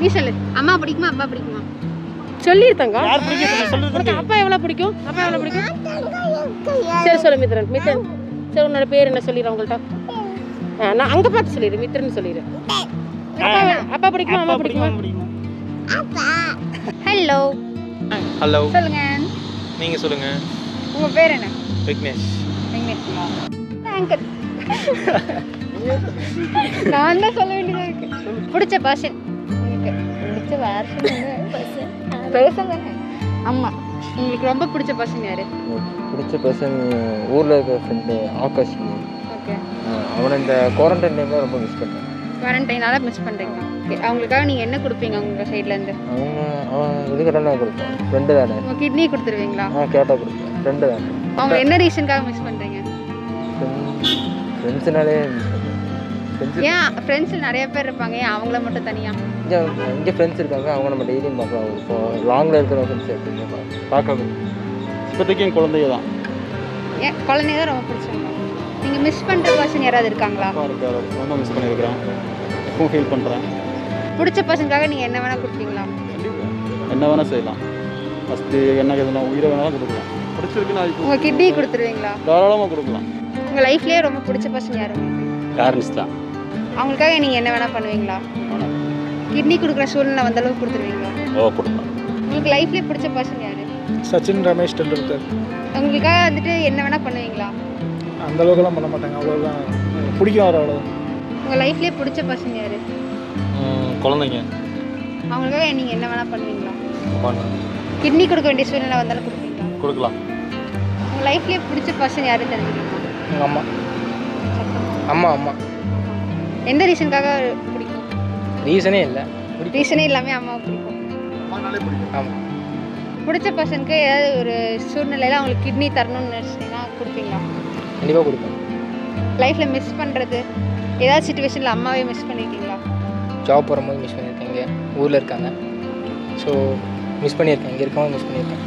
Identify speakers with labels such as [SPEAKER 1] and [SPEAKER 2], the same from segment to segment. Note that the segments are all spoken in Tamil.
[SPEAKER 1] நீ சொல்லு அம்மா பிடிக்குமா அப்பா பிடிக்குமா
[SPEAKER 2] சொல்லிரு தங்கம்
[SPEAKER 3] யார் பிடிக்கிறது சொல்லுது
[SPEAKER 2] உனக்கு அப்பா எவ்வளோ பிடிக்கும் அப்பா எவ்வளோ பிடிக்கும் சரி சொல்லு மித்ரன் மித்ரன் சரி உன்னோட பேர் என்ன சொல்லிடுறேன் உங்கள்கிட்ட ஆ, நான் அங்கே பார்த்து சொல்லிடு மித்ரன் சொல்லிடு அப்பா எவ்வளவு- அப்பா பிடிக்குமா அம்மா பிடிக்குமா
[SPEAKER 3] பிடிக்குமா
[SPEAKER 1] ஹலோ
[SPEAKER 4] ஹலோ
[SPEAKER 1] சொல்லுங்க
[SPEAKER 4] நீங்கள் சொல்லுங்கள்
[SPEAKER 1] உங்க பேர் என்ன
[SPEAKER 4] விக்னேஷ்
[SPEAKER 1] வெங்கடேஷ்மா அங்கிள் நான் தான் சொல்ல வேண்டியதா இருக்கு பிடிச்ச பாஷன் உங்களுக்கு பிடிச்ச பாஷன் பேசன் தானே அம்மா உங்களுக்கு ரொம்ப பிடிச்ச பாஷன் யாரு
[SPEAKER 5] பிடிச்ச பர்சன் ஊரில் இருக்கிற ஃப்ரெண்டு ஆகாஷ்
[SPEAKER 1] ஓகே
[SPEAKER 5] அவனை இந்த குவாரண்டைன் டைமில் ரொம்ப மிஸ் பண்ணேன்
[SPEAKER 1] குவாரண்டைனால மிஸ் பண்ணுறீங்களா ஓகே அவங்களுக்காக நீங்கள் என்ன கொடுப்பீங்க உங்கள் சைட்லேருந்து
[SPEAKER 5] அவங்க அவன் இது கடனாக கொடுத்தான் ஃப்ரெண்டு தானே
[SPEAKER 1] உங்கள் கிட்னி கொடுத்துருவீங்களா
[SPEAKER 5] ஆ கேட்டால் கொடுத்தேன் ஃப்ரெண்டு தானே
[SPEAKER 1] அவங்க என்ன ரீசனுக்காக மிஸ் பண்ணுறீங்க
[SPEAKER 5] ஃப்ரெண்ட்ஸுனாலே மிஸ் பண்ணேன் ஃப்ரெண்ட்ஸ்
[SPEAKER 1] ஏன் ஃப்ரெண்ட்ஸ் நிறைய பேர் இருப்பாங்க ஏன் அவங்கள மட்டும் தனியாக
[SPEAKER 5] இங்கே இங்கே ஃப்ரெண்ட்ஸ் இருக்காங்க அவங்க நம்ம டெய்லியும் பார்க்கலாம் இப்போ லாங்கில் இருக்கிற ஃப்ரெண்ட்ஸ் எப்படிங்க பார்க்கலாம்
[SPEAKER 3] இப்போதைக்கு என் குழந்தைய தான்
[SPEAKER 1] ஏன் குழந்தைய தான் ரொம்ப பிடிச்சிருந்தோம் நீங்கள் மிஸ் பண்ணுற பர்சன் யாராவது இருக்காங்களா
[SPEAKER 3] அப்பா இருக்காரு ரொம்ப மிஸ் பண்ணியிருக்கிறேன் இப்போ ஃபீல் பண்ணுறேன்
[SPEAKER 1] பிடிச்ச பர்சனுக்காக நீங்கள் என்ன வேணால் கொடுப்பீங்களா
[SPEAKER 3] என்ன வேணால் செய்யலாம் ஃபஸ்ட்டு என்ன கேட்கலாம் உயிரை வேணாலும் கொடுக்கலாம் பிடிச்சிருக்குன்னு அதுக்கு
[SPEAKER 1] உங்கள் கிட்னி கொடுத்துருவீங்களா
[SPEAKER 3] தாராளமாக கொடுக்கலாம்
[SPEAKER 1] உங்கள் லைஃப்லேயே ரொம்ப பிடிச்ச பர்சன் யார் உங்களுக்கு
[SPEAKER 3] பேரண்ட்ஸ் தான்
[SPEAKER 1] அவங்களுக்காக நீங்கள் என்ன வேணால் பண்ணுவீங்களா கிட்னி கொடுக்குற சூழ்நிலை வந்த அளவுக்கு கொடுத்துருவீங்களா
[SPEAKER 3] ஓ கொடுக்கலாம்
[SPEAKER 1] உங்களுக்கு லைஃப்லேயே பிடிச்ச பர்சன் யார்
[SPEAKER 6] சச்சின் ரமேஷ் டெண்டுல்கர்
[SPEAKER 1] உங்களுக்காக வந்துட்டு என்ன வேணால் பண்ணுவீங்களா
[SPEAKER 6] அந்த அளவுக்குலாம் பண்ண மாட்டாங்க அவ்வளோதான் பிடிக்கும் அவர் அவ்வளோதான்
[SPEAKER 1] உங்கள் லைஃப்லேயே பிடிச்ச பர்சன் யார்
[SPEAKER 4] குழந்தைங்க
[SPEAKER 1] அவங்களுக்காக நீங்கள் என்ன வேணால் பண்ணுவீங்களா
[SPEAKER 4] பண்ண-
[SPEAKER 1] கிட்னி கொடுக்க வேண்டிய சூழ்நிலை வந்தாலும் கொடுப்பீங்களா
[SPEAKER 4] கொடுக்கலாம்
[SPEAKER 1] உங்கள் லைஃப்லேயே பிடிச்ச பர்சன் யாருன்னு தெரிஞ்சுக்கணும்
[SPEAKER 5] எங்கள் அம்மா அம்மா அம்மா
[SPEAKER 1] எந்த ரீசனுக்காக பிடிக்கும்
[SPEAKER 5] ரீசனே இல்லை
[SPEAKER 1] ரீசனே இல்லாமல் அம்மாவை பிடிக்கும்
[SPEAKER 5] ஆமாம்
[SPEAKER 1] பிடிச்ச பர்சனுக்கு ஏதாவது ஒரு சூழ்நிலையில் அவங்களுக்கு கிட்னி தரணும்னு நினச்சிங்கன்னா கொடுப்பீங்களா
[SPEAKER 5] கண்டிப்பாக கொடுப்பேன்
[SPEAKER 1] லைஃப்பில் மிஸ் பண்ணுறது ஏதாவது சுச்சுவேஷனில் அம்மாவே மிஸ் பண்ணியிருக்கீங்களா
[SPEAKER 5] ஜாப் போகும்போது மிஸ் பண்ணியிருக்காங்க ஊரில் இருக்காங்க ஸோ மிஸ் பண்ணியிருக்கேன் இங்கே இருக்கவங்க மிஸ் பண்ணியிருக்கேன்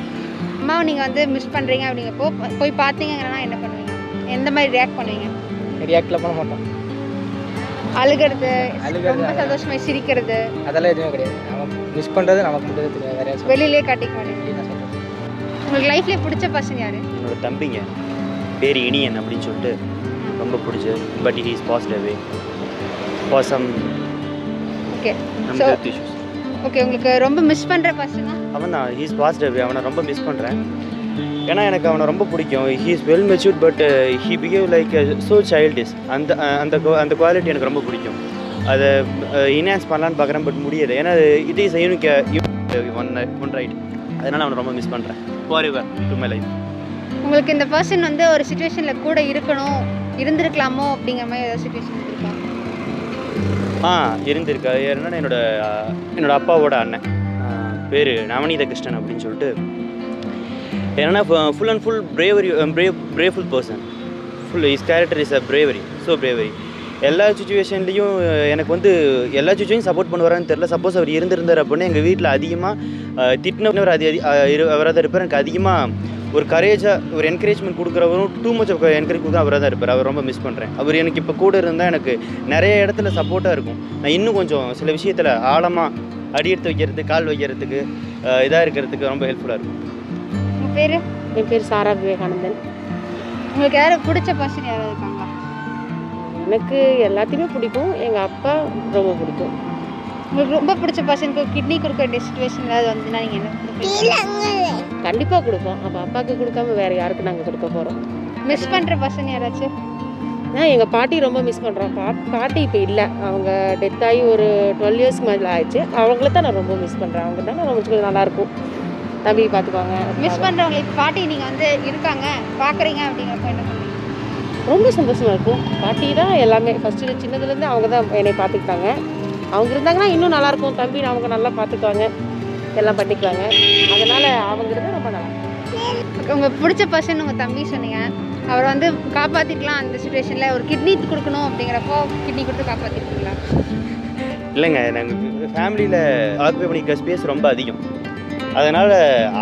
[SPEAKER 1] அம்மாவை நீங்கள் வந்து மிஸ் பண்ணுறீங்க அப்படிங்கப்போ போ- போய் பார்த்தீங்கன்னா என்ன பண்ணுவீங்க எந்த மாதிரி ரியாக்ட் பண்ணுவீங்க
[SPEAKER 5] ரியாக்டில் பண்ண மாட்டோம்
[SPEAKER 1] அழுகிறது ரொம்ப
[SPEAKER 5] அழுகிறது.
[SPEAKER 1] சந்தோஷமாக சிரிக்கிறது
[SPEAKER 5] அதெல்லாம் எதுவுமே கிடையாது நமக்கு மிஸ் பண்ணுறது நமக்கு மட்டும் தான் தெரியாது வேறு யாரும்
[SPEAKER 1] வெளியிலே காட்டிக்க மாட்டீங்க
[SPEAKER 5] நான் சொல்கிறேன்
[SPEAKER 1] உங்களுக்கு லைஃப்லேயே பிடிச்ச பர்சன் யார்
[SPEAKER 7] என்னோட தம்பிங்க பேர் இனியன் அப்படின்னு சொல்லிட்டு ரொம்ப பிடிச்சது but he is positive way for some
[SPEAKER 1] okay
[SPEAKER 7] நம்ம
[SPEAKER 1] So-
[SPEAKER 7] ஹெல்த் இஷ்யூஸ்
[SPEAKER 1] ஓகே உங்களுக்கு ரொம்ப மிஸ் பண்ணுற பர்சனா
[SPEAKER 7] அவன் தான் ஹீ இஸ் பாசிட்டிவ் வே அவனை ரொம்ப மிஸ் பண்ணுறேன் ஏன்னா எனக்கு அவனை ரொம்ப பிடிக்கும் he is well matured but he behave like so childish அந்த அஹ், அந்த கு- அந்த குவாலிட்டி எனக்கு ரொம்ப பிடிக்கும் அதை இன்ஹான்ஸ் பண்ணலான்னு பார்க்குறேன் பட் முடியாது ஏன்னா it is unique one one right அதனால் அவனை ரொம்ப மிஸ் பண்ணுறேன் for ever to my life
[SPEAKER 1] உங்களுக்கு இந்த பர்சன் வந்து ஒரு சுச்சுவேஷனில் கூட இருக்கணும் இருந்திருக்கலாமோ அப்படிங்கிற மாதிரி ஏதாவது சுச்சுவேஷன் இருக்கா
[SPEAKER 7] ஆ இருந்திருக்கா என்னன்னா என்னோட ஆ, என்னோட அப்பாவோட அண்ணன் பேர் நவநீத கிருஷ்ணன் அப்படின்னு சொல்லிட்டு என்னன்னா full and full bravery brave பிரேஃபுல் person full is character is a bravery so bravery எல்லா சுச்சுவேஷன்லேயும் எனக்கு வந்து எல்லா சுச்சுவேஷன் சப்போர்ட் பண்ணுவாரான்னு தெரில சப்போஸ் அவர் இருந்திருந்தார் அப்படின்னா எங்கள் வீட்டில் அதிகமாக திட்டினவர் அது அதி- ஆ, இரு- அவராக தான் இருப்பார் எனக்கு அதிகமாக ஒரு கரேஜாக ஒரு என்கரேஜ்மெண்ட் கொடுக்குறவரும் டூ மச் ஆஃப் என்கரேஜ் கொடுக்க அவராக தான் இருப்பார் அவர் ரொம்ப மிஸ் பண்ணுறேன் அவர் எனக்கு இப்போ கூட இருந்தால் எனக்கு நிறைய இடத்துல சப்போர்ட்டாக இருக்கும் நான் இன்னும் கொஞ்சம் சில விஷயத்தில் ஆழமாக அடி எடுத்து வைக்கிறதுக்கு கால் வைக்கிறதுக்கு இதாக இருக்கிறதுக்கு ரொம்ப ஹெல்ப்ஃபுல்லாக இருக்கும்
[SPEAKER 1] உங்கள் பேர்
[SPEAKER 2] என் பேர் சாரா விவேகானந்தன்
[SPEAKER 1] உங்களுக்கு யாரும் பிடிச்ச பர்சன் யாராவது இருக்காங்களா
[SPEAKER 2] எனக்கு எல்லாத்தையுமே பிடிக்கும் எங்கள் அப்பா ரொம்ப பிடிக்கும்
[SPEAKER 1] உங்களுக்கு ரொம்ப பிடிச்ச பர்சனுக்கு கிட்னி கொடுக்க வேண்டிய சுச்சுவேஷன் ஏதாவது வந்துன்னா நீங்கள் என்ன கொடுப்பீங்க
[SPEAKER 2] கண்டிப்பாக கொடுப்போம் அப்போ அப்பாவுக்கு கொடுக்காம வேற யாருக்கு நாங்கள் கொடுக்க போகிறோம்
[SPEAKER 1] மிஸ் பண்ணுற பர்சன் யாராச்சும்
[SPEAKER 2] நான் எங்கள் பாட்டி ரொம்ப மிஸ் பண்ணுறோம் பா பாட்டி இப்போ இல்லை அவங்க டெத் ஆகி ஒரு டுவெல் இயர்ஸ்க்கு மேலே ஆயிடுச்சு அவங்கள தான் நான் ரொம்ப மிஸ் பண்ணுறேன் அவங்க தான் நான் கொஞ்சம் நல்லா இருக்கும் தம்பி பார்த்துக்குவாங்க
[SPEAKER 1] மிஸ் பண்ணுறவங்களை பாட்டி நீங்கள் வந்து இருக்காங்க பார்க்குறீங்க அப்படிங்கிறப்ப என்ன பண்ணுவீங்க
[SPEAKER 2] ரொம்ப சந்தோஷமாக இருக்கும் பாட்டி தான் எல்லாமே ஃபஸ்ட்டு சின்னதுலேருந்து அவங்க தான் என்னை பார்த்துக்கிட்டாங்க அவங்க இருந்தாங்கன்னா இன்னும் நல்லா இருக்கும் தம்பி அவங்க நல்லா பார்த்துக்குவாங்க எல்லாம் பண்ணிக்குவாங்க அதனால் அவங்க இருந்தால் ரொம்ப நல்லா இருக்கும்.
[SPEAKER 1] உங்கள் பிடிச்ச பர்சன் உங்கள் தம்பி சொன்னீங்க அவர் வந்து காப்பாற்றிக்கலாம் அந்த சுச்சுவேஷனில் ஒரு கிட்னி கொடுக்கணும் அப்படிங்கிறப்போ கிட்னி கொடுத்து காப்பாற்றிருக்கீங்களா
[SPEAKER 7] இல்லைங்க நாங்கள் ஃபேமிலியில் ஆக்குபை பண்ணிக்கிற ஸ்பேஸ் ரொம்ப அதிகம் அதனால்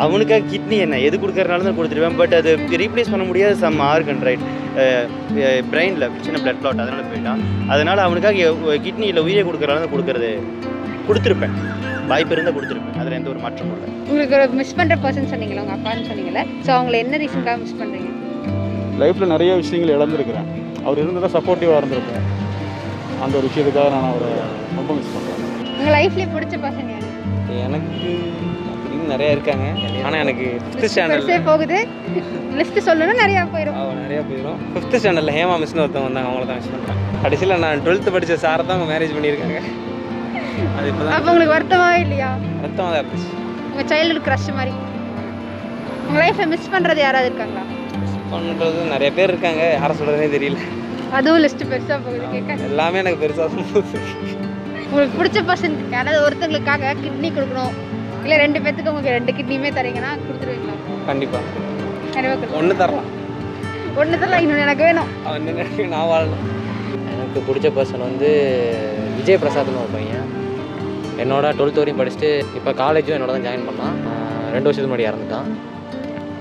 [SPEAKER 7] அவனுக்காக கிட்னி என்ன எது கொடுக்கறனால தான் கொடுத்துருவேன் பட் அது ரீப்ளேஸ் பண்ண முடியாத சம் ஆர்கன் ரைட் பிரெயினில் சின்ன பிளட் க்ளாட் அதனால் போயிட்டான் அதனால் அவனுக்காக கிட்னியில் உயிரை கொடுக்கறனால தான் கொடுக்கறது கொடுத்துருப்பேன் வாய்ப்பு இருந்தால் கொடுத்துருப்பேன் அதில் எந்த ஒரு மாற்றமும் இல்லை
[SPEAKER 1] உங்களுக்கு ஒரு மிஸ் பண்ற பர்சன் சொன்னீங்களா உங்க அப்பான்னு சொன்னீங்கல்ல ஸோ அவங்களை என்ன ரீசன்க்காக மிஸ் பண்றீங்க
[SPEAKER 3] லைஃப்பில் நிறைய விஷயங்கள் இழந்திருக்கிறேன் அவர் இருந்ததா சப்போர்ட்டிவாக இருந்திருப்பேன் அந்த ஒரு விஷயத்துக்காக நான் அவரை ரொம்ப மிஸ் பண்ணுறேன்
[SPEAKER 1] உங்க லைஃப்லயே பிடிச்ச பர்சன் யாரு
[SPEAKER 5] எனக்கு அப்படின்னு நிறையா இருக்காங்க ஆனால் எனக்கு ஃபிஃப்த்
[SPEAKER 1] பெருசே போகுது லிஸ்ட் சொல்லணும்னா நிறைய போயிடும்
[SPEAKER 5] அவள் நிறையா போயிடும் ஃபிஃப்த் ஸ்டாண்டர்டில் ஹேமா மிஸ்னு ஒருத்தவங்க வந்தாங்க அவங்கள தான் மிஸ் பண்ணுறேன் கடைசியில் நான் டுவெல்த்து படித்த சாரை தான் அவங்க மேரேஜ் பண்ணியிருக்காங்க அது இப்போ
[SPEAKER 1] அப்ப உங்களுக்கு வருத்தமா இல்லையா
[SPEAKER 5] அர்த்தமாக தான் இருந்துச்சு
[SPEAKER 1] உங்க சைல்டுஹுட் க்ரஷ் மாதிரி உங்க லைஃப்ல மிஸ் பண்றது யாராவது இருக்காங்களா
[SPEAKER 5] பண்ணுறது நிறைய பேர் இருக்காங்க யாரை சொல்கிறதுனே தெரியல
[SPEAKER 1] அதுவும் லிஸ்ட் பெருசா போகுது கேட்க
[SPEAKER 5] எல்லாமே எனக்கு பெருசாக
[SPEAKER 1] உங்களுக்கு பிடிச்ச பர்சன் யாராவது ஒருத்தங்களுக்காக கிட்னி கொடுக்கணும் இல்ல ரெண்டு பேத்துக்கு உங்களுக்கு ரெண்டு கிட்னியுமே தரீங்கன்னா கொடுத்துருவீங்களா
[SPEAKER 5] கண்டிப்பாக
[SPEAKER 1] நிறைய கொடுக்கும்
[SPEAKER 5] ஒன்று தரலாம்
[SPEAKER 1] ஒன்று தான் இன்னொன்று எனக்கு வேணும்
[SPEAKER 5] அவன் நினைக்க நான் வாழணும் எனக்கு பிடிச்ச பர்சன் வந்து விஜய் பிரசாத்னு ஒரு பையன் என்னோட டுவெல்த் வரையும் படிச்சுட்டு இப்போ காலேஜும் என்னோட தான் ஜாயின் பண்ணான் ஆஹ் ரெண்டு வருஷத்துக்கு முன்னாடி இறந்துட்டான்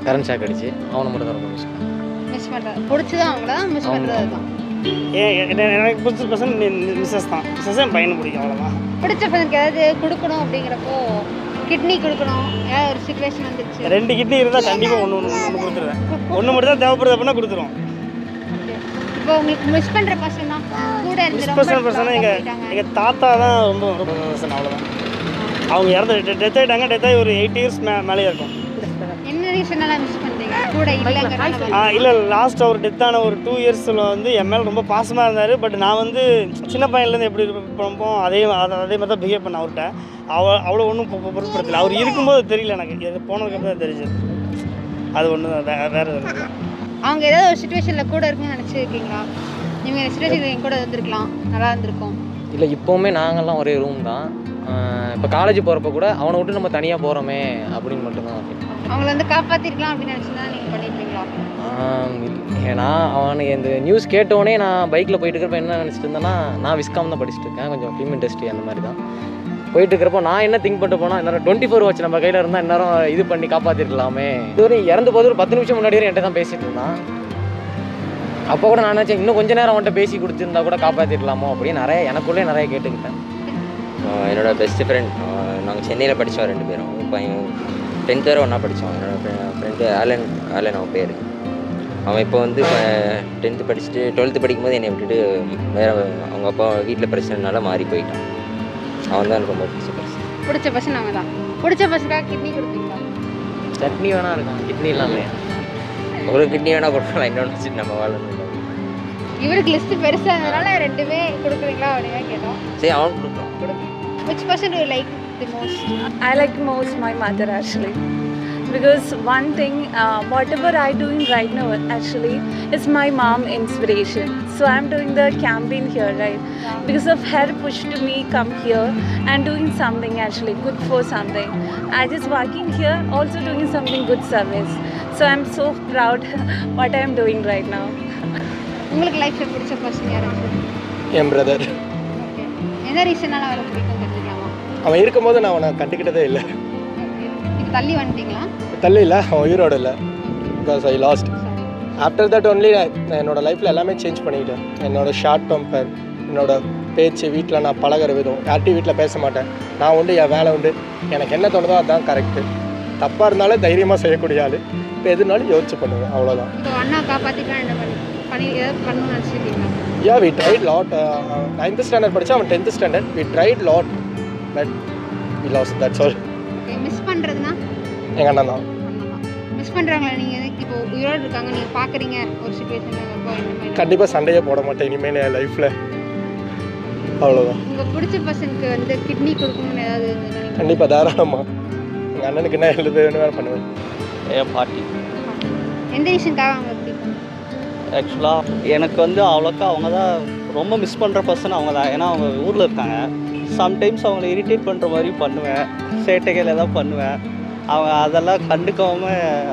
[SPEAKER 5] கரண்ட் ஷாக் அடிச்சு அவனை மட்டும் தான் ரொம்ப மிஸ் பண்ணேன்.
[SPEAKER 1] மிஸ் பண்றது பிடிச்சதான் அவங்கள தான் மிஸ் பண்றது தான்
[SPEAKER 8] எனக்கு பிடிச்ச பர்சன் மிஸ்ஸஸ் தான் மிஸ்ஸஸ் என் பையனை பிடிக்கும் அவ்வளோதான்
[SPEAKER 1] பிடிச்ச பசங்களுக்கு ஏதாவது கொடுக்கணும் அப்படிங்கிறப்போ கிட்னி கொடுக்கணும் ஏதாவது ஒரு சுச்சுவேஷன் வந்துச்சு
[SPEAKER 8] ரெண்டு கிட்னி இருந்தால் கண்டிப்பாக ஒன்று ஒன்று ஒன்று கொடுத்துருவேன் ஒன்று மட்டும் தான் தேவைப்படுது அப்படின்னா கொடுத்துருவோம்
[SPEAKER 1] இப்போ உங்களுக்கு மிஸ் பண்ற பர்சன் தான் கூட இருந்து
[SPEAKER 8] மிஸ்
[SPEAKER 1] ரொம்ப
[SPEAKER 8] பர்சன் பர்சனாக
[SPEAKER 1] strong ஆ
[SPEAKER 8] எங்கள்
[SPEAKER 1] போயிட்டாங்க.
[SPEAKER 8] எங்கள் தாத்தா தான் ரொம்ப ரொம்ப பர்சன் அவ்வளோதான் அவங்க இறந்து டெத் ஆகிட்டாங்க டெத் ஆகி ஒரு எயிட் இயர்ஸ் மே மேலேயே இருக்கும்
[SPEAKER 1] என்ன ரீசனால மிஸ் பண்றீங்க கூட இல்லைங்கிறனால
[SPEAKER 8] ஆ இல்லை லாஸ்ட் அவர் டெத் ஆன ஒரு டூ இயர்ஸில் வந்து என் மேலே ரொம்ப பாசமாக இருந்தார் பட் நான் வந்து சின்ன பையன்லேருந்து எப்படி இருப்போமோ அதே அத- அதே மாதிரி தான் பிஹேவ் பண்ண அவர்கிட்ட அவ அவ்வளோ ஒன்றும் பொருட்படுத்தல அவர் இருக்கும்போது தெரியல எனக்கு இது போனதுக்கப்புறம் தான் தெரிஞ்சது அது ஒன்று தான் வே- வேறு எதுவும் இல்லை
[SPEAKER 1] அவங்க ஏதாவது ஒரு சுச்சுவேஷன்ல கூட இருக்கும்னு நினைச்சிருக்கீங்களா நீங்க சுச்சுவேஷன் என் கூட இருந்திருக்கலாம் நல்லா இருந்திருக்கும்
[SPEAKER 5] இல்லை இப்போவுமே நாங்கள்லாம் ஒரே ரூம் தான் இப்போ காலேஜ் போகிறப்ப கூட அவனை விட்டு நம்ம தனியாக போகிறோமே அப்படின்னு மட்டும்தான் feel.
[SPEAKER 1] அவங்கள வந்து காப்பாத்திருக்கலாம் அப்படின்னு நினைச்சுதான் நீங்க பண்ணிருக்கீங்களா
[SPEAKER 5] ஆம், இல்ல. ஏன்னா அவனை இந்த நியூஸ் கேட்டோடனே நான் பைக்கில் போயிட்டு இருக்கிறப்ப என்ன நினச்சிட்டு இருந்தேன்னா நான் விஸ்காம் தான் படிச்சுட்டு இருக்கேன் கொஞ்சம் ஃபிலிம் இண்டஸ்ட்ரி அந்த மாதிரி தான் போயிட்டு இருக்கிறப்போ நான் என்ன திங்க் பண்ணிட்டு போனால் இந்நேரம் டுவெண்ட்டி ஃபோர் வாட்ச் நம்ம கையில் இருந்தால் இந்நேரம் இது பண்ணி காப்பாற்றிருக்கலாமே இதுவரை இறந்து போது ஒரு பத்து நிமிஷம் முன்னாடி வரை என்கிட்ட தான் பேசிட்டு இருந்தான் அப்போ கூட நான் நினச்சேன் இன்னும் கொஞ்ச நேரம் அவன்கிட்ட பேசி கொடுத்துருந்தா கூட காப்பாற்றிருக்கலாமோ அப்படின்னு நிறைய எனக்குள்ளே நிறைய கேட்டுக்கிட்டேன்
[SPEAKER 9] அவன் என்னோட பெஸ்ட் ஃப்ரெண்ட் நாங்கள் சென்னையில் படித்தோம் ரெண்டு பேரும் பையன் டென்த் வரை ஒன்றா படித்தோம் என்னோட ஃப்ரெண்டு ஆலன் ஆலன் அவன் பேர் அவன் இப்போ வந்து இப்போ டென்த்து படிச்சுட்டு டுவெல்த்து படிக்கும்போது என்னை விட்டுட்டு வேறு அவங்க அப்பா வீட்டில் பிரச்சனைனால மாறி போயிட்டான் அவன் தான் எனக்கு ரொம்ப பிடிச்ச person.
[SPEAKER 1] பிடிச்ச பர்சன் அவங்க தான் பிடிச்ச பர்சனுக்காக கிட்னி கொடுப்பீங்களா
[SPEAKER 5] சட்னி வேணா இருக்கான் கிட்னி இல்லாமல் ஒரு கிட்னி வேணா கொடுக்கலாம் இன்னொன்று வச்சு நம்ம வாழணும்
[SPEAKER 1] இவருக்கு லிஸ்ட் பெருசா இருந்ததுனால ரெண்டுமே கொடுக்குறீங்களா அப்படின்னு கேட்டோம்
[SPEAKER 5] சரி அவன் கொடுக்கலாம்
[SPEAKER 1] which person you like the most
[SPEAKER 10] I like most my mother actually. Because one thing, uh, whatever i doing right now actually is my mom inspiration. So I'm doing the campaign here, right? Because of her push to me come here and doing something actually good for something. I just working here, also doing something good service. So I'm so proud what I'm doing right now.
[SPEAKER 1] உங்களுக்கு லைஃப்ல பிடிச்ச பர்சன் யாராவது
[SPEAKER 9] என் பிரதர்
[SPEAKER 1] Okay. என்ன ரீசனால அவரை பிடிக்கும் தெரிஞ்சுக்கலாமா
[SPEAKER 9] அவன் இருக்கும்போது நான் அவனை கண்டுக்கிட்டதே இல்லை
[SPEAKER 1] Okay. இப்ப தள்ளி வந்துட்டீங்களா
[SPEAKER 9] தள்ளி இல்லை அவன் உயிரோட இல்லை because I lost after that only நான் என்னோட லைஃப்பில் எல்லாமே சேஞ்ச் பண்ணிக்கிட்டேன் என்னோட ஷார்ட் டெம்பர் என்னோட பேச்சு வீட்டில் நான் பழகுற விதம் யார்ட்டையும் வீட்டில் பேச மாட்டேன் நான் உண்டு என் வேலை உண்டு எனக்கு என்ன தோணுதோ அதுதான் கரெக்டு தப்பாக இருந்தாலும் தைரியமாக செய்யக்கூடிய ஆள் இப்போ எதுனாலும் யோசிச்சு பண்ணுவேன் அவ்வளோதான்
[SPEAKER 1] இப்போ அண்ணா காப்பாத்திக்கலாம் என்ன பண்ணி பண்ணி ஏதாவது பண்ணணும்னு நினைச்சிருக்கீங்களா
[SPEAKER 9] yeah we tried lot ninth standard படித்தா அவன் tenth standard we tried lot but we lost that's all
[SPEAKER 1] okay miss பண்றதுனா
[SPEAKER 9] எங்கள் அண்ணன் தான்
[SPEAKER 1] பண்ணலாம் மிஸ் பண்றாங்களா நீங்க எதுக்கு இப்போ உயிரோடு இருக்காங்க நீங்க பாக்குறீங்க ஒரு சுச்சுவேஷன்ல அப்போ என்ன பண்ணி
[SPEAKER 9] கண்டிப்பாக சண்டையே போட மாட்டேன் இனிமேல் என் லைஃப்பில் அவ்வளோதான்
[SPEAKER 1] உங்க பிடிச்ச பர்சனுக்கு வந்து கிட்னி கொடுக்கணும்னு ஏதாவது இருந்ததுன்னா நீங்க
[SPEAKER 9] கண்டிப்பாக தாராளமாக எங்கள் அண்ணனுக்கு என்ன எழுத வேணும் வேறு பண்ணுவேன்
[SPEAKER 4] என் பாட்டி
[SPEAKER 1] எந்த ரீசன்க்காக அவங்க பிடிக்கும்
[SPEAKER 8] ஆக்சுவலாக எனக்கு வந்து அவ்வளோக்கா அவங்க தான் ரொம்ப மிஸ் பண்ணுற பர்சன் அவங்க தான் ஏன்னா அவங்க ஊரில் இருக்காங்க சம்டைம்ஸ் அவங்கள இரிட்டேட் பண்ணுற மாதிரி பண்ணுவேன் சேட்டைகள் எல்லாம் பண்ணுவேன் அவங்க அதெல்லாம் கண்டுக்காம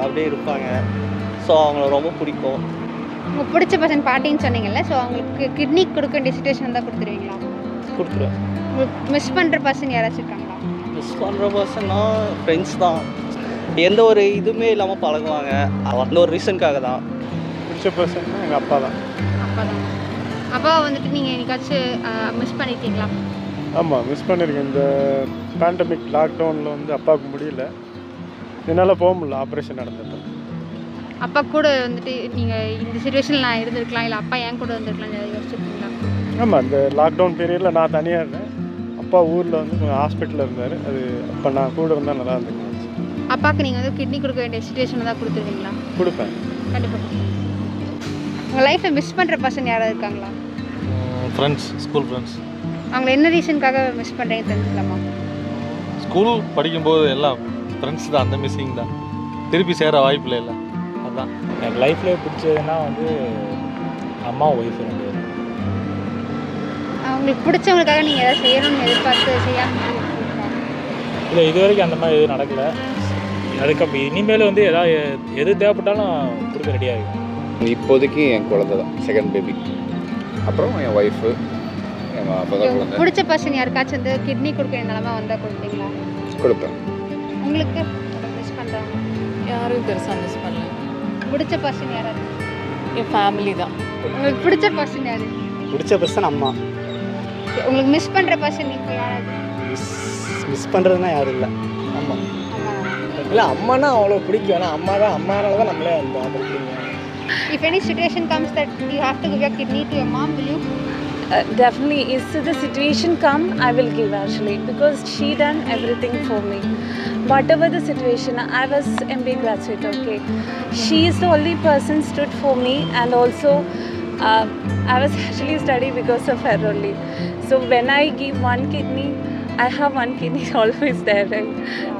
[SPEAKER 8] அப்படியே இருப்பாங்க ஸோ அவங்கள ரொம்ப பிடிக்கும்
[SPEAKER 1] உங்க பிடிச்ச பர்சன் பாட்டின்னு சொன்னீங்கல்ல ஸோ அவங்களுக்கு கிட்னி கொடுக்க வேண்டிய சுச்சுவேஷன் தான் கொடுத்துருவீங்களா
[SPEAKER 8] கொடுத்துருவேன்
[SPEAKER 1] உங்களுக்கு மிஸ் பண்ற பர்சன் யாராச்சும் இருக்காங்களா
[SPEAKER 8] மிஸ் பண்ணுற பர்சன்னா ஃப்ரெண்ட்ஸ் தான் எந்த ஒரு இதுவுமே இல்லாமல் பழகுவாங்க அந்த ஒரு ரீசனுக்காக தான்
[SPEAKER 6] பிடிச்ச பர்சன் எங்கள் அப்பா தான்
[SPEAKER 1] அப்பா தான் அப்பா வந்துட்டு நீங்கள் என்னைக்காச்சும் மிஸ் பண்ணிட்டீங்களா
[SPEAKER 3] ஆமாம் மிஸ் பண்ணியிருக்கேன் இந்த பேண்டமிக் லாக்டவுனில் வந்து அப்பாவுக்கு முடியல என்னால் போக முடியல ஆப்ரேஷன் நடந்தது
[SPEAKER 1] அப்பா கூட வந்துட்டு நீங்கள் இந்த சுச்சுவேஷனில் நான் இருந்திருக்கலாம் இல்லை அப்பா என் கூட வந்திருக்கலாம் யோசிச்சிருக்கீங்களா
[SPEAKER 3] ஆமாம் இந்த லாக்டவுன் பீரியடில் நான் தனியாக இருந்தேன் அப்பா ஊரில் வந்து கொஞ்சம் ஹாஸ்பிட்டலில் இருந்தார் அது அப்போ நான் கூட இருந்தால் நல்லா இருந்துக்கணும்
[SPEAKER 1] அப்பாவுக்கு நீங்கள் வந்து கிட்னி கொடுக்க வேண்டிய சுச்சுவேஷனில் தான் கொடுத்துருக்கீங்களா
[SPEAKER 3] கொடுப்பேன்
[SPEAKER 1] கண்டிப்பாக உங்கள் லைஃப்பை மிஸ் பண்ணுற பர்சன் யாராவது இருக்காங்களா
[SPEAKER 11] ஃப்ரெண்ட்ஸ் ஸ்கூல் ஃப்ரெண்ட்ஸ்
[SPEAKER 1] அவங்கள என்ன ரீசனுக்காக மிஸ் பண்ணுறீங்க தெரிஞ்சுக்கலாமா
[SPEAKER 11] ஸ்கூல் படிக்கும்போது எல்லாம் ஃப்ரெண்ட்ஸ் தான் அந்த மிஸ்ஸிங் தான் திருப்பி சேர வாய்ப்பு இல்லை அதான்
[SPEAKER 12] எனக்கு லைஃப்லேயே பிடிச்சதுன்னா வந்து அம்மா ஒய்ஃப் ரெண்டு பேரும்
[SPEAKER 1] அவங்களுக்கு பிடிச்சவங்களுக்காக நீங்கள் ஏதாவது செய்யணும்னு எதிர்பார்த்து செய்யாமல் இருக்கீங்களா?
[SPEAKER 12] இல்லை இது வரைக்கும் அந்த மாதிரி எதுவும் நடக்கலை அதுக்கப்புறம் இனிமேல் வந்து எதாவது எது தேவைப்பட்டாலும் கொடுக்க ரெடியாக இருக்கும்
[SPEAKER 13] இப்போதைக்கு என் குழந்தை தான் செகண்ட் பேபி அப்புறம் என் ஒய்ஃபு என் அப்பதான் குழந்தை
[SPEAKER 1] பிடிச்ச பர்சன் யாருக்காச்சும் வந்து கிட்னி கொடுக்க வேண்டிய நிலமா வந்தால் கொடுப்பீங்களா
[SPEAKER 13] கொடுப்பேன்
[SPEAKER 1] உங்களுக்கு மிஸ் பண்ணுறாங்க
[SPEAKER 2] யாரும் பெருசாக மிஸ் பண்ணல
[SPEAKER 1] பிடிச்ச பர்சன் யாராவது
[SPEAKER 2] என் ஃபேமிலி தான்
[SPEAKER 1] உங்களுக்கு பிடிச்ச பர்சன் யாரு
[SPEAKER 7] பிடிச்ச பர்சன் அம்மா
[SPEAKER 1] உங்களுக்கு மிஸ் பண்ணுற பர்சன் இப்போ யாராவது
[SPEAKER 7] மிஸ் பண்ணுறதுனா யாரும் இல்லை
[SPEAKER 8] அம்மா இல்லை அம்மானா அவ்வளோ பிடிக்கும் ஆனால் அம்மா தான் அம்மானால தான் நம்மளே வந்தோம் அப்படி இருக்கீங்க
[SPEAKER 1] If any situation comes that you have to give your kidney to your mom, will you?
[SPEAKER 10] Uh, definitely, if the situation come, I will give actually because she done everything for me. Whatever the situation, I was MBA graduate. Okay, she is the only person stood for me, and also uh, I was actually study because of her only. So when I give one kidney, I have one kidney always there. Right?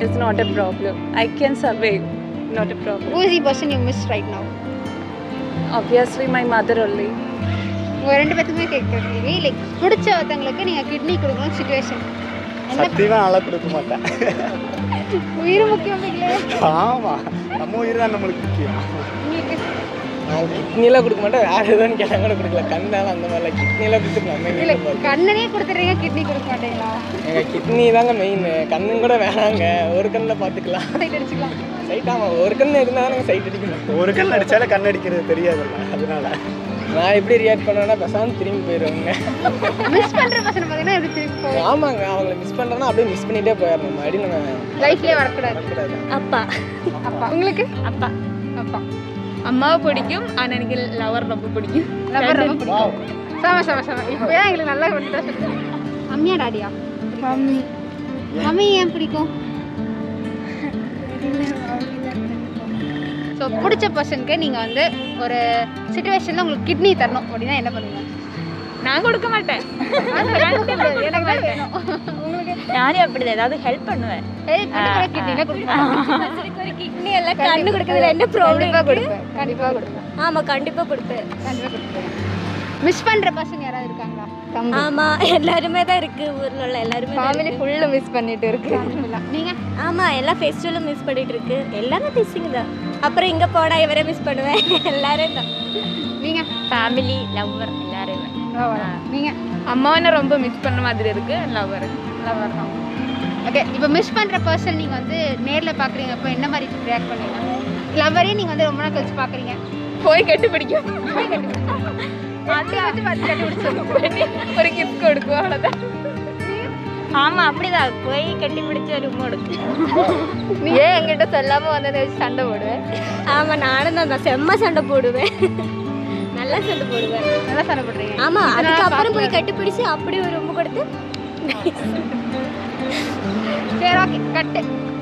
[SPEAKER 10] It's not a problem. I can survive. Not a problem.
[SPEAKER 1] Who is the person you miss right now?
[SPEAKER 10] Obviously, my mother only.
[SPEAKER 1] உங்கள் ரெண்டு பேர்த்துக்குமே கேட்குறீங்க லைக் பிடிச்ச ஒருத்தங்களுக்கு நீங்கள் கிட்னி கொடுக்கணும் சுச்சுவேஷன்
[SPEAKER 7] சத்தியமா நல்லா கொடுக்க மாட்டேன்
[SPEAKER 1] உயிர் முக்கியம் இல்லையா
[SPEAKER 7] ஆமா நம்ம உயிர் தான் நம்மளுக்கு முக்கியம்
[SPEAKER 1] உங்களுக்கு
[SPEAKER 8] நான் கிட்னிலாம் கொடுக்க மாட்டேன் வேறு எதுவும் கேட்டால் கூட கொடுக்கல கண்ணால் அந்த மாதிரிலாம்
[SPEAKER 1] இல்லை
[SPEAKER 8] கிட்னிலாம் கொடுத்துக்கலாம்
[SPEAKER 1] கண்ணனே கொடுத்துட்றீங்க கிட்னி கொடுக்க மாட்டீங்களா
[SPEAKER 8] எங்கள் கிட்னி தாங்க மெயின் கண்ணும் கூட வேணாங்க ஒரு கண்ணில் பார்த்துக்கலாம்
[SPEAKER 1] சைட் அடிச்சுக்கலாம்
[SPEAKER 8] சைட் ஆமாம் ஒரு கண்ணு இருந்தால் நாங்கள் சைட் அடிக்கணும்
[SPEAKER 7] ஒரு கண் அடிச்சாலே கண் அடிக்கிறது தெரியாதுல்ல அதனால
[SPEAKER 8] நான் எப்படி ரியாக்ட் பண்ணுவேன்னா பெசாமல் திரும்பி போயிடுவாங்க
[SPEAKER 1] மிஸ் பண்ணுற பர்சன் பார்த்தீங்கன்னா எப்படி திருப்பி போகும்
[SPEAKER 8] ஆமாங்க அவங்கள மிஸ் பண்ணுறேன்னா அப்படியே மிஸ் பண்ணிகிட்டே போயிடணும் மறுபடியும் நம்ம
[SPEAKER 1] லைஃப்லேயே வரக்கூடாது
[SPEAKER 2] அப்பா
[SPEAKER 1] அப்பா உங்களுக்கு
[SPEAKER 2] அப்பா
[SPEAKER 1] அப்பா
[SPEAKER 2] அம்மாவை பிடிக்கும் ஆனால் எனக்கு லவர் ரொம்ப பிடிக்கும்
[SPEAKER 1] லவர் ரொம்ப பிடிக்கும் சம சம சம இப்போ ஏன் எங்களுக்கு நல்லா கொண்டு தான் சொல்லுங்க மம்மியா டாடியா மம்மி மம்மி ஏன் பிடிக்கும் ஸோ பிடிச்ச பர்சனுக்கு நீங்கள் வந்து ஒரு சுச்சுவேஷனில் உங்களுக்கு கிட்னி தரணும் அப்படின்னா என்ன பண்ணுவீங்க
[SPEAKER 2] நான் கொடுக்க மாட்டேன்
[SPEAKER 1] எனக்கு தான் வேணும்
[SPEAKER 14] நானே அப்படிதான் ஏதாவது ஹெல்ப் பண்ணுவேன்
[SPEAKER 1] கிட்னிலாம் கொடுப்பேன்
[SPEAKER 14] கிட்னி எல்லாம் கண்ணு கொடுக்கறதுல என்ன ப்ராப்ளம்
[SPEAKER 1] கண்டிப்பாக கொடுப்பேன் கண்டிப்பாக கொடுப்பேன்
[SPEAKER 14] ஆமா கண்டிப்பா கொடுப்பேன்
[SPEAKER 1] கண்டிப்பாக கொடுப்பேன் மிஸ் பண்ணுற பர்சன் யாராவது இருக்காங்களா
[SPEAKER 14] ஆமா எல்லாருமே தான் இருக்கு ஊர்ல உள்ள எல்லாருமே
[SPEAKER 1] Family full-ஆ miss பண்ணிட்டு இருக்கு. நீங்க
[SPEAKER 14] ஆமா எல்லா ஃபெஸ்டிவலும் மிஸ் பண்ணிட்டு இருக்கு எல்லாமே மிஸ்ஸிங் தான் அப்புறம் இங்க போனா இவரே மிஸ் பண்ணுவேன் எல்லாரும் தான்
[SPEAKER 1] நீங்க
[SPEAKER 14] ஃபேமிலி லவ்வர் எல்லாரும்
[SPEAKER 1] நீங்க
[SPEAKER 2] அம்மாவை ரொம்ப மிஸ் பண்ண மாதிரி இருக்கு லவர்
[SPEAKER 1] லவர் தான் ஓகே இப்போ மிஸ் பண்ணுற பர்சன் நீங்கள் வந்து நேரில் பார்க்குறீங்க அப்போ என்ன மாதிரி ரியாக்ட் பண்ணுவீங்க லவ்வரே நீங்கள் வந்து ரொம்ப நாள் கழிச்சு பார்க்குறீங்க
[SPEAKER 2] போய் கண்டுபிடிக்கும் ஒரு கிஃப்ட் கொடுக்கும் அவ்வளோதான்
[SPEAKER 14] ஆமா அப்படிதான் போய் கட்டி பிடிச்ச ரூம் எடுக்கும்
[SPEAKER 2] நீ ஏன் என்கிட்ட சொல்லாம வந்ததை வச்சு சண்டை போடுவேன்
[SPEAKER 14] ஆமா நானும் தான் செம்ம சண்டை போடுவேன் நல்லா சண்டை போடுவேன்
[SPEAKER 1] நல்லா சண்டை போடுறீங்க
[SPEAKER 14] ஆமா
[SPEAKER 1] இதெல்லாம்
[SPEAKER 14] அதுக்கப்புறம் போய்
[SPEAKER 1] பார்க்கல.
[SPEAKER 14] கட்டி பிடிச்சி அப்படி ஒரு ரூம் கொடுத்து
[SPEAKER 1] சரி ஓகே கட்டு